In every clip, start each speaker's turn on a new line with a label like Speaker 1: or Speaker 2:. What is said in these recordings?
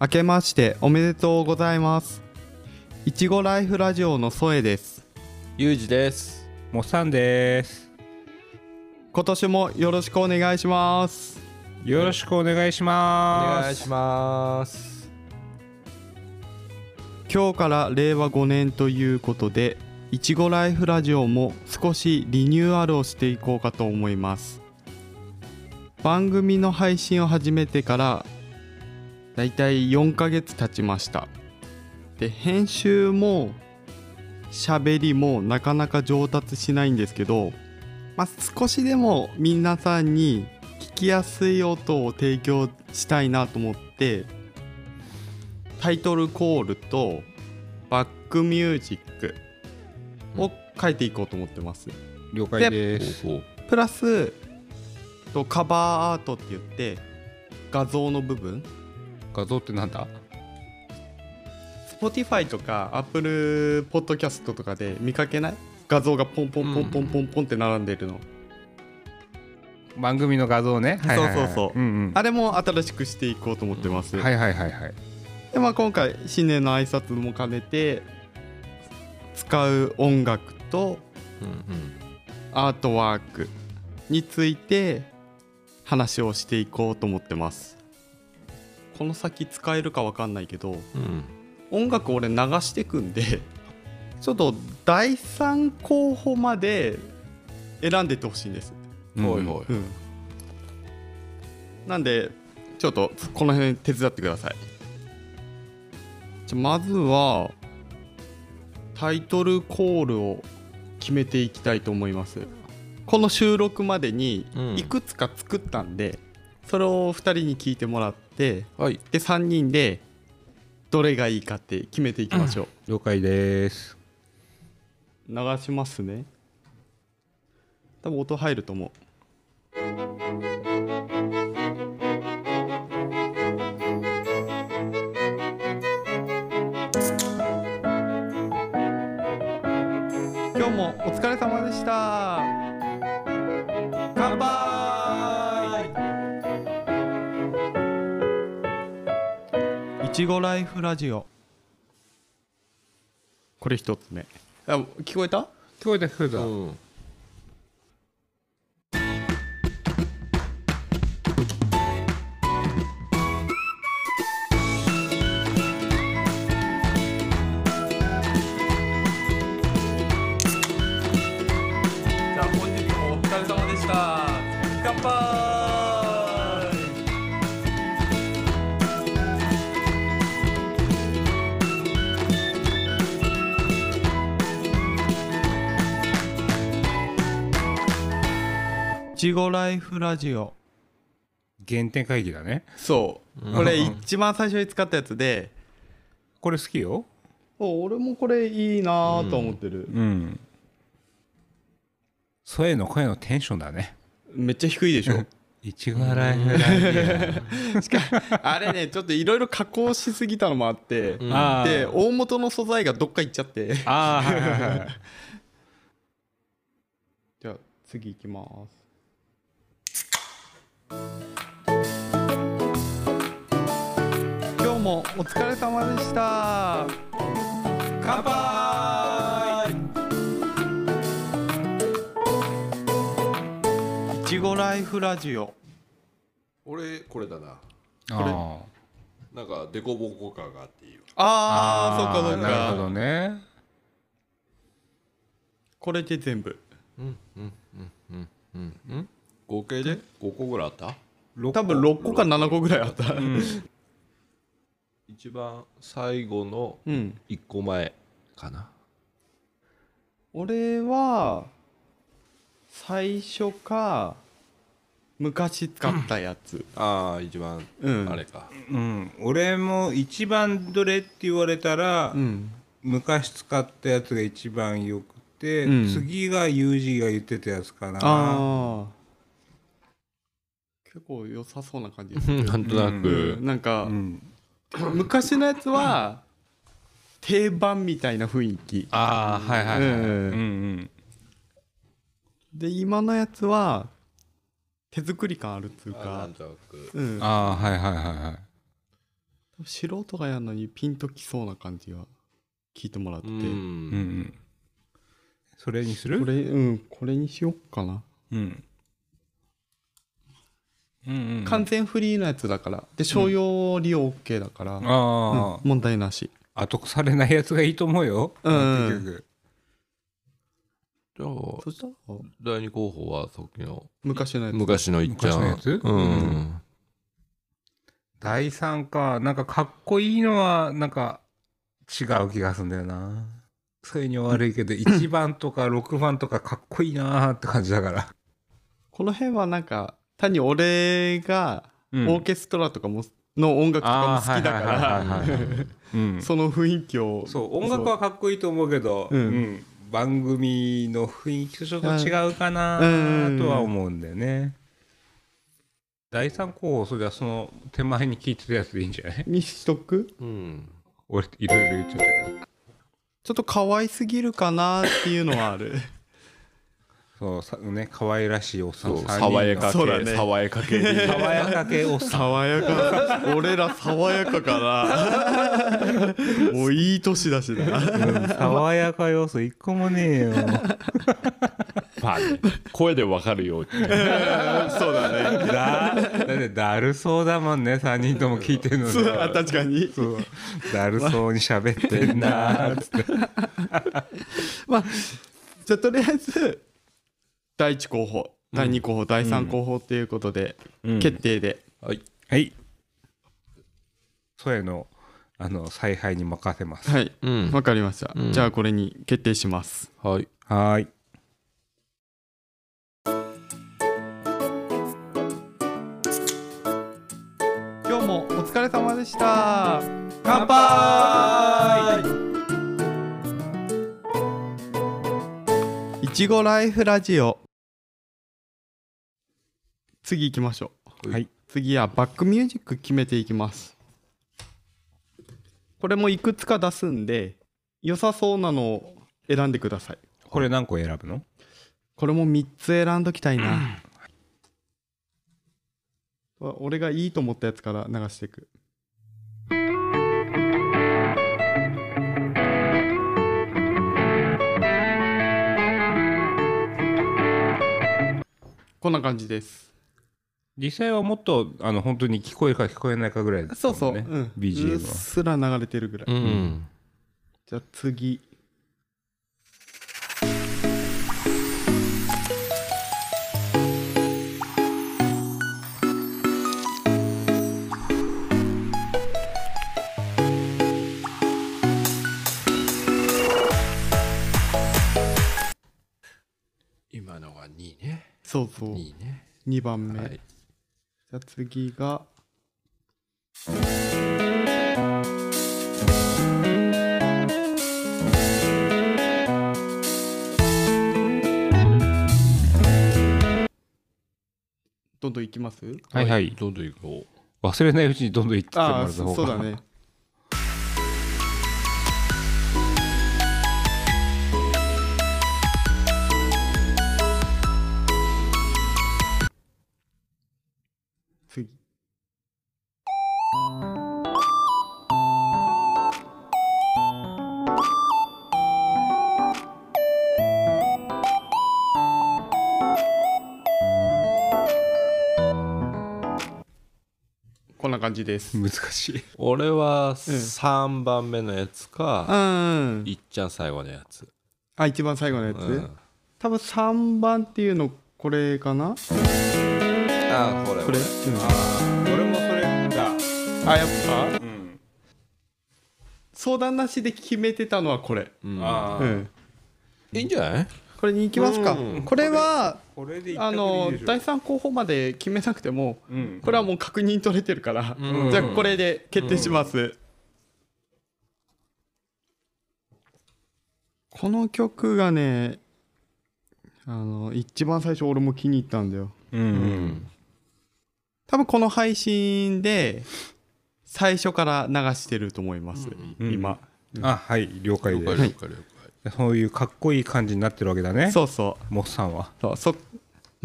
Speaker 1: 明けましておめでとうございますいちごライフラジオの添です
Speaker 2: ゆうじです。もっさんです。
Speaker 1: 今年もよろしくお願いします
Speaker 2: よろしくお願いします。
Speaker 3: ます。
Speaker 1: 今日から令和5年ということでいちごライフラジオも少しリニューアルをしていこうかと思います番組の配信を始めてからだいたい4ヶ月経ちましたで編集も喋りもなかなか上達しないんですけど、まあ、少しでも皆さんに聞きやすい音を提供したいなと思ってタイトルコールとバックミュージックを書いていこうと思ってます。
Speaker 2: 了解です。
Speaker 3: おう
Speaker 1: プラスとカバーアートって言って画像の部分
Speaker 2: 画像ってなんだ
Speaker 1: Spotify とか Apple Podcast とかで見かけない画像がポンポンポンポンポンポンって並んでるの、
Speaker 2: 番組の画像ね。はいはいはい、
Speaker 1: そうそうそう
Speaker 2: うん
Speaker 1: あれも新しくしていこうと思ってます、
Speaker 2: うん。はいはいはいはい。
Speaker 1: でまあ、今回新年の挨拶も兼ねて使う音楽と
Speaker 3: うん
Speaker 1: アートワークについて話をしていこうと思ってますこの先使えるか分かんないけど
Speaker 3: うんうん
Speaker 1: 音楽俺流してくんでちょっと第3候補まで選んでってほしいんです、
Speaker 3: ほい
Speaker 2: うん
Speaker 3: ほい。
Speaker 1: うん、なんでちょっとこの辺手伝ってくださいじゃまずはタイトルコールを決めていきたいと思いますこの収録までに
Speaker 3: うん
Speaker 1: いくつか作ったんで、それを2人に聞いてもらって
Speaker 3: はい。
Speaker 1: で3人でどれがいいかって決めていきましょう、
Speaker 2: 了解です。
Speaker 1: 流しますね多分音入ると思う今日もお疲れ様でした乾杯いちごライフラジオこれ一つ目あ聞こえた
Speaker 2: 聞こえた聞
Speaker 3: う
Speaker 2: こ
Speaker 3: ん。
Speaker 1: じゃあ本日もお疲れ様でした乾杯いちごライフラジオ
Speaker 2: えた。原点会議だね。
Speaker 1: そうこれ一番最初に使ったやつで
Speaker 2: これ好きよ。
Speaker 1: お俺もこれいいなと思ってる、
Speaker 2: うん。ソエの声のテンションだね。
Speaker 1: めっちゃ低いでしょ
Speaker 2: いちごライフラジ
Speaker 1: しかあれねちょっといろいろ加工しすぎたのもあって、
Speaker 2: オ。 あ
Speaker 1: で
Speaker 2: ー
Speaker 1: 大元の素材がどっか行っちゃって
Speaker 2: あー、はいはいはい。
Speaker 1: じゃあ次行きます今日もお疲れ様でした乾杯いちごライフラジオ
Speaker 3: 俺これだな。
Speaker 2: あ
Speaker 3: なんかデコボコ感があっていいよ。
Speaker 1: あーあそっかそっ
Speaker 2: なるほ
Speaker 1: か
Speaker 2: どね。
Speaker 1: これで全部
Speaker 3: 合計で五個ぐらいあった？
Speaker 1: 多分6個か7個ぐらいあった
Speaker 3: 一番最後の
Speaker 1: うん
Speaker 3: 一個前かな。
Speaker 1: 俺は最初か昔使ったやつ
Speaker 3: ああ一番
Speaker 1: うん
Speaker 3: あれか。
Speaker 2: うん、俺も一番どれって言われたら、
Speaker 1: うん
Speaker 2: 昔使ったやつが一番よくて、
Speaker 1: うん
Speaker 2: 次が UG が言ってたやつかな
Speaker 1: ああ結構良さそうな感じです
Speaker 3: なんとなく。
Speaker 1: なんか
Speaker 2: うん、
Speaker 1: 昔のやつは定番みたいな雰囲気
Speaker 2: あーはいはいはい、
Speaker 1: うん
Speaker 2: うんうん
Speaker 1: で今のやつは手作り感あるっつう
Speaker 3: あな
Speaker 1: か
Speaker 3: んとなく。
Speaker 1: うん
Speaker 2: ああはいはいはいはい
Speaker 1: 素人がやるのにピンときそうな感じが聞いてもらって、
Speaker 2: うんう
Speaker 3: うん
Speaker 2: んそれにする
Speaker 1: これうんこれにしよっかな、
Speaker 2: うんうんうん
Speaker 1: 完全フリーのやつだからで商用利用 OK だから、うん
Speaker 2: ああ、
Speaker 1: 問題なし
Speaker 2: 後腐れないやつがいいと思うよ、
Speaker 1: うん
Speaker 2: 結局
Speaker 3: じゃあ
Speaker 1: そしたら
Speaker 3: 第二候補はさっきの
Speaker 1: 昔のやつ
Speaker 3: 昔のいっちゃん
Speaker 2: 昔のやつ
Speaker 3: うん
Speaker 2: 第3かなんかかっこいいのはなんか違う気がするんだよなそういうには悪いけど1番とか6番とかかっこいいなーって感じだから、
Speaker 1: この辺はなんか単に俺がオ
Speaker 2: うん
Speaker 1: ーケストラとかも、の音楽とかも好きだ
Speaker 2: あーはいはいはい
Speaker 1: か
Speaker 3: は
Speaker 2: うん
Speaker 1: らその雰囲気を
Speaker 2: そう音楽はかっこいいと思うけど
Speaker 1: うん
Speaker 2: うん番組の雰囲気とちょっと違うかな
Speaker 1: うん
Speaker 2: とは思うんだよね第3候補それはその手前に聞いてたやつでいいんじゃない
Speaker 1: にしとく
Speaker 3: うん
Speaker 2: 俺いろいろ言っちゃったけど
Speaker 1: ちょっと可愛すぎるかなっていうのはある
Speaker 2: そうさね可愛らしいおっさん
Speaker 3: そう
Speaker 2: 3人の
Speaker 3: 爽やか
Speaker 1: そうだ
Speaker 3: 系
Speaker 1: ね
Speaker 3: 爽やか系でいいね
Speaker 2: 爽 やか系おっさん
Speaker 1: 爽やか俺ら爽やかか なもういい年だしな
Speaker 2: うん爽やか要素一個もねえよ
Speaker 3: まあね声でわかるようにね
Speaker 1: そうだね
Speaker 2: だだってだるそうだもんね3人とも聞いてるのに
Speaker 1: そう あ確かに
Speaker 2: そうだるそうに喋ってんなーっつって
Speaker 1: まあじゃあとりあえず第1候補第2候補、第3候補ということで、決定で
Speaker 3: はい
Speaker 2: はい。ソエの、あの、采配に任せます。
Speaker 1: はい
Speaker 3: うん
Speaker 1: わかりました、
Speaker 3: うん
Speaker 1: じゃあこれに決定します
Speaker 3: はい
Speaker 2: はーい。
Speaker 1: 今日もお疲れ様でした
Speaker 2: 乾杯
Speaker 1: いちごライフラジオ次行きましょう
Speaker 2: はい
Speaker 1: 次はバックミュージック決めていきますこれもいくつか出すんで良さそうなのを選んでください
Speaker 2: これ何個選ぶの
Speaker 1: これも3つ選んどきたいな俺がいいと思ったやつから流していくこんな感じです
Speaker 2: 実際はもっと、あの、本当に聞こえるか聞こえないかぐらいだった
Speaker 1: そ
Speaker 2: も
Speaker 1: うん
Speaker 2: ね
Speaker 1: そう、うん、
Speaker 2: BGM
Speaker 1: うっすら流れてるぐらい、
Speaker 3: うん
Speaker 1: じゃあ次
Speaker 3: 今のが2ね
Speaker 1: そうそう
Speaker 3: 2ね
Speaker 1: 2番目、
Speaker 3: はい
Speaker 1: じゃあ次が。どんどんいきます
Speaker 2: は。はいはい。
Speaker 3: どんどん行こう
Speaker 2: 忘れないうちにどんどん言ってっても
Speaker 1: あ
Speaker 2: ら
Speaker 1: あ、
Speaker 2: った
Speaker 1: そ
Speaker 2: 方が。
Speaker 1: そうだ。ね。次。こんな感じです。
Speaker 2: 難しい。
Speaker 3: 俺は3番目のやつか、
Speaker 1: うん。
Speaker 3: いっちゃん最後のやつ、
Speaker 1: あ、一番最後のやつ、
Speaker 3: うん、
Speaker 1: 多分3番っていうのこれかな
Speaker 3: あこれ
Speaker 1: これ、うん
Speaker 2: ああ、俺もそれだ。
Speaker 1: あ、やっぱ
Speaker 2: うん。
Speaker 1: 相談なしで決めてたのはこれ。
Speaker 3: うん
Speaker 2: ああ、
Speaker 1: うん。
Speaker 3: いいんじゃない
Speaker 1: これに行きますか。
Speaker 3: うん
Speaker 1: これは、
Speaker 2: これで一
Speaker 1: あ
Speaker 2: 択
Speaker 1: の
Speaker 2: でいいでしょ
Speaker 1: 第3候補まで決めなくても
Speaker 2: うん。
Speaker 1: これはもう確認取れてるから、
Speaker 3: うん
Speaker 1: じゃあこれで決定します、この曲がねあの一番最初俺も気に入ったんだよ
Speaker 2: う。
Speaker 3: うんん
Speaker 1: 多分この配信で最初から流してると思います、
Speaker 2: うん
Speaker 1: 今、
Speaker 2: あ、はい、了解
Speaker 3: 了
Speaker 2: で
Speaker 3: 解了
Speaker 2: す。
Speaker 3: 解了解
Speaker 2: そういうかっこいい感じになってるわけだね。
Speaker 1: そうそう
Speaker 2: モッさんは。
Speaker 1: そうそ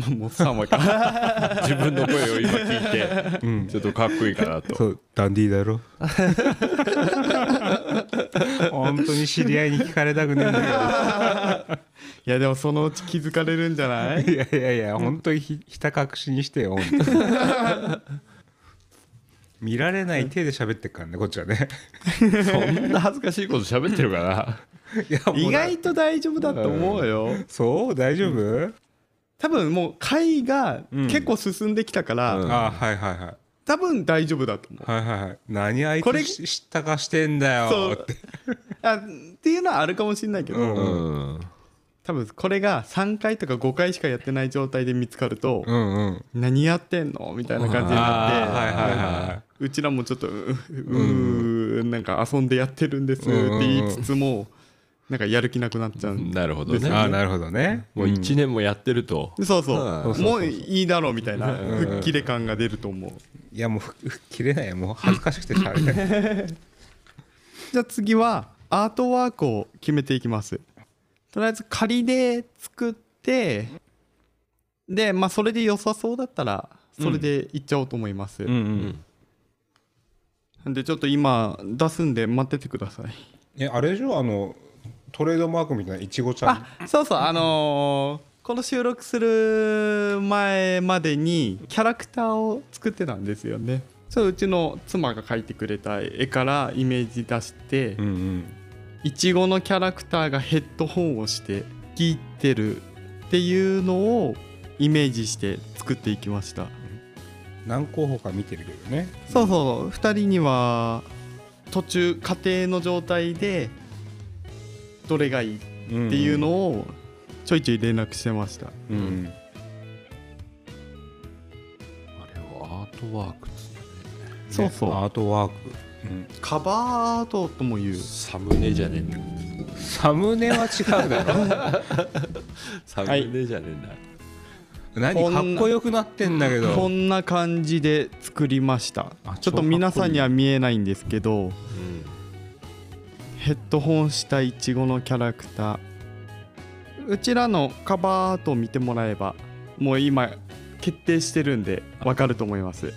Speaker 1: もう3枚 か
Speaker 3: 自分の声を今聞いて
Speaker 2: うん
Speaker 3: ちょっとかっこいいかな と
Speaker 2: そうダンディーだろ本当に知り合いに聞かれたくねえんだけど
Speaker 1: いやでもそのうち気づかれるんじゃ ない
Speaker 2: いやいやいや、本当にひひた隠しにしてよ、本当に見られない手で喋ってっからね、こっちはね。
Speaker 3: そんな恥ずかしいこと喋ってるかない
Speaker 2: やもう
Speaker 1: 意外と大丈夫だと思うよ
Speaker 2: そう大丈夫、
Speaker 1: 多分もう会が結構進んできたから、
Speaker 3: うん
Speaker 2: あはいはいはい。
Speaker 1: 多分大丈夫だと思う
Speaker 2: はいはいはい。何あい
Speaker 1: これ
Speaker 2: つし知ったかしてんだ
Speaker 1: そ
Speaker 2: よ
Speaker 1: う
Speaker 2: って。
Speaker 1: あっていうのはあるかもしれないけど、
Speaker 2: うん
Speaker 3: うん
Speaker 1: 多分これが3回とか5回しかやってない状態で見つかると、
Speaker 2: うんうん。
Speaker 1: 何やってんのみたいな感じになっ
Speaker 2: あ
Speaker 1: て、
Speaker 2: はいはいは
Speaker 1: うちらもちょっとうううーなんか遊んでやってるんですって言いつつも、なんかやる気なくなっちゃう、
Speaker 3: なるほど
Speaker 1: です
Speaker 3: ね
Speaker 2: い。
Speaker 1: よ
Speaker 2: ああ、なるほどね。
Speaker 3: もう1年もやってると
Speaker 1: そうそう
Speaker 3: うん
Speaker 1: もういいだろうみたいな
Speaker 2: うん
Speaker 1: 吹っ切れ感が出ると思う
Speaker 2: いやもうふふ切れないよもう恥ずかしくて喋れない。
Speaker 1: じゃあ次はアートワークを決めていきますとりあえず仮で作ってでまあそれで良さそうだったらそれでいっちゃおうと思います、
Speaker 2: うんうん。
Speaker 3: ん
Speaker 1: なんでちょっと今出すんで待っててください
Speaker 2: えあれでしょあのトレードマークみたいないちごちゃん。
Speaker 1: あそうそうあのーこの収録する前までにキャラクターを作ってたんですよねそううちの妻が描いてくれた絵からイメージ出して
Speaker 2: うんうん。
Speaker 1: いちごのキャラクターがヘッドホンをして聞いてるっていうのをイメージして作っていきました
Speaker 2: 何候補か見てるけどね。
Speaker 1: そうそう2人には途中家庭の状態でどれがいいっ
Speaker 2: って
Speaker 1: いうの。をちょいちょい連絡してました
Speaker 2: うんうん。
Speaker 3: あれはアートワークっつって
Speaker 1: そうそう
Speaker 2: ねアートワーク、
Speaker 1: カバーアートとも言う
Speaker 3: サムネじゃねえんだ
Speaker 2: サムネは違うだ ろ
Speaker 3: サムネじゃねえんだ、
Speaker 2: 何かっこよくなってんだけ
Speaker 1: こ
Speaker 2: ど
Speaker 1: んな感じで作りました
Speaker 2: あ
Speaker 1: ちょっと皆さんには
Speaker 2: 超
Speaker 1: 見えないんですけどヘッドホンしたいちごのキャラクターうちらのカバーアートを見てもらえばもう今決定してるんでわかると思います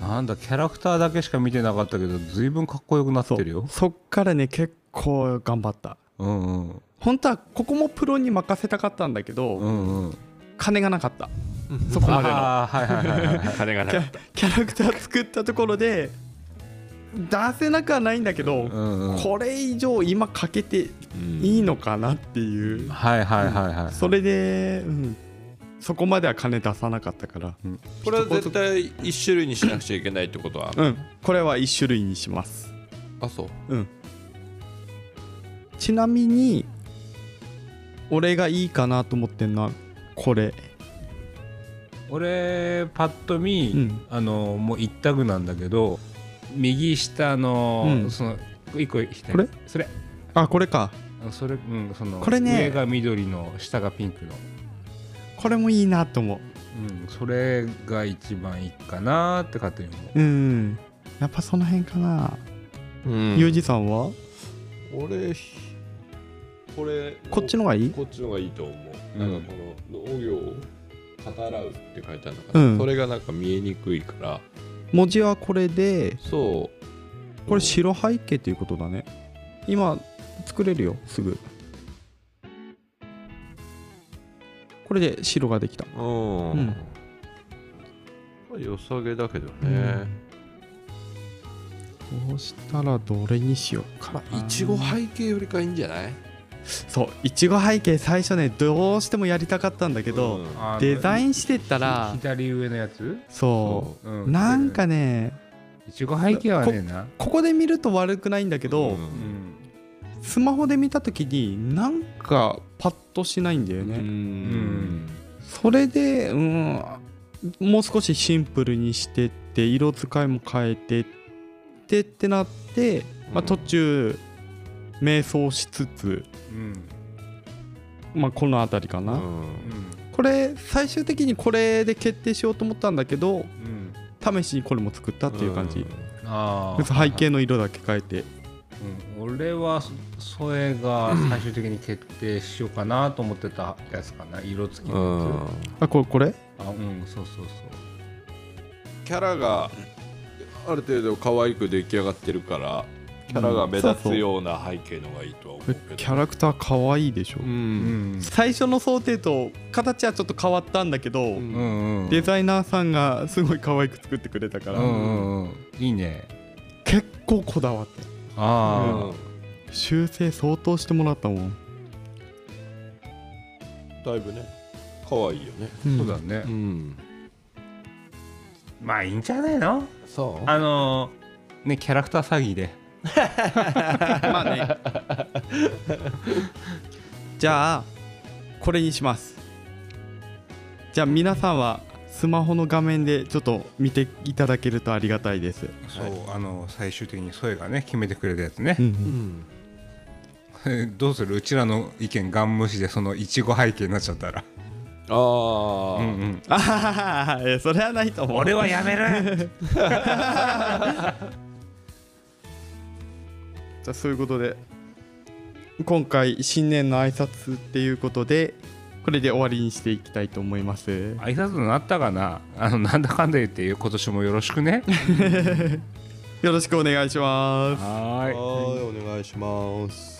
Speaker 2: なんだキャラクターだけしか見てなかったけど随分かっこよくなっ
Speaker 1: そ
Speaker 2: て
Speaker 1: う
Speaker 2: るよ
Speaker 1: そっからね結構頑張った
Speaker 2: うんうん
Speaker 1: 本当はここもプロに任せたかったんだけど、
Speaker 2: うんうん
Speaker 1: 金がなかったそこまでの
Speaker 2: あーはいはいはいはい
Speaker 3: 金がな
Speaker 1: キ
Speaker 3: か
Speaker 1: ャ
Speaker 3: った
Speaker 1: キャラクター作ったところで出せなくはないんだけど、
Speaker 2: うんうんはい
Speaker 1: これ以上今かけていいのかなっていう、
Speaker 2: はいはいはい
Speaker 1: それで、うん、そこまでは金出さなかったから
Speaker 3: これは絶対一種類にしなくちゃいけないってことは
Speaker 1: うんこれは1種類にします
Speaker 3: あそう
Speaker 1: うんちなみに俺がいいかなと思ってんのはこれ
Speaker 2: 俺パッと見、
Speaker 1: うん
Speaker 2: あのもう一択なんだけど右下の、
Speaker 1: うん
Speaker 2: その一個左
Speaker 1: これ
Speaker 2: それ
Speaker 1: あこれか
Speaker 2: あそれうんその
Speaker 1: これね
Speaker 2: 上が緑の下がピンクの
Speaker 1: これもいいなと思
Speaker 2: うん、それが一番いいかなって勝手に思う
Speaker 1: ううんやっぱその辺かな
Speaker 3: うん
Speaker 1: ユージさんは
Speaker 3: 俺これ
Speaker 1: こっちの方がいい
Speaker 3: こっちの方がいいと思う、
Speaker 2: うん
Speaker 3: なんかこの農業を語らうって書いてあるのかな、
Speaker 1: うん
Speaker 3: それがなんか見えにくいから
Speaker 1: 文字はこれで
Speaker 3: そう
Speaker 1: これ白背景ということだね今作れるよすぐこれで白ができた
Speaker 3: うん、
Speaker 1: うん
Speaker 3: まあ良さげだけどね、
Speaker 1: そうしたらどれにしようか
Speaker 3: いちご背景よりかいいんじゃない
Speaker 1: そういちご背景最初ねどうしてもやりたかったんだけど、
Speaker 3: うん
Speaker 2: あの
Speaker 1: デザインしてったら
Speaker 2: 左上のやつ、
Speaker 1: そううなんかね
Speaker 2: いちご背景はねえな
Speaker 1: ここで見ると悪くないんだけど、
Speaker 3: う
Speaker 2: う
Speaker 3: ん
Speaker 2: ん
Speaker 1: スマホで見た時になんかパッとしないんだよね、
Speaker 3: うん
Speaker 1: それでうんもう少しシンプルにしてって色使いも変えてってってなって、ま
Speaker 3: う
Speaker 1: あ、
Speaker 3: ん
Speaker 1: 途中迷走しつつ、
Speaker 2: うん
Speaker 1: まあ、この辺りかな、
Speaker 3: うん
Speaker 1: これ最終的にこれで決定しようと思ったんだけど
Speaker 2: うん
Speaker 1: 試しにこれも作ったっていう感じ、
Speaker 3: ん
Speaker 2: ああ
Speaker 1: 別に背景の色だけ変えて、
Speaker 2: うん俺はそそれが最終的に決定しようかなと思ってたやつかな色付き
Speaker 3: う
Speaker 2: の
Speaker 3: ん
Speaker 1: あこれこれ
Speaker 2: やつあうんそうそうそ
Speaker 3: キャラがある程度可愛く出来上がってるからキャラが目立つような背景のがいいとは思うけど、
Speaker 1: キャラクター可愛いでしょ、
Speaker 3: う
Speaker 2: ううんん
Speaker 1: 最初の想定と形はちょっと変わったんだけど、
Speaker 3: ん
Speaker 2: うんうん
Speaker 1: デザイナーさんがすごい可愛く作ってくれたか
Speaker 2: う
Speaker 1: ら、
Speaker 2: んうんうんいいね
Speaker 1: 結構こだわって
Speaker 2: あ
Speaker 1: 修正相当してもらったもん、
Speaker 3: だいぶね可愛いよね
Speaker 2: あそうだね
Speaker 3: ん
Speaker 2: まあいいんじゃないの
Speaker 3: そ
Speaker 2: あのーねキャラクター詐欺で
Speaker 1: まあね じゃあこれにしますじゃあ皆さんはスマホの画面でちょっと見ていただけるとありがたいです、
Speaker 2: そうあの最終的にソエがね決めてくれたやつね
Speaker 1: う、
Speaker 3: うん ん
Speaker 2: どうするうちらの意見ガン無視でそのいちご背景になっちゃったら
Speaker 3: ああ、
Speaker 2: うんうん
Speaker 1: あはははそれはないと思う
Speaker 2: 俺はやめる
Speaker 1: じゃあそういうことで今回新年の挨拶っていうことでこれで終わりにしていきたいと思います
Speaker 2: 挨拶になったかなあのなんだかんだ言って今年もよろしくね
Speaker 1: よろしくお願いします
Speaker 2: はーい
Speaker 3: はいお願いします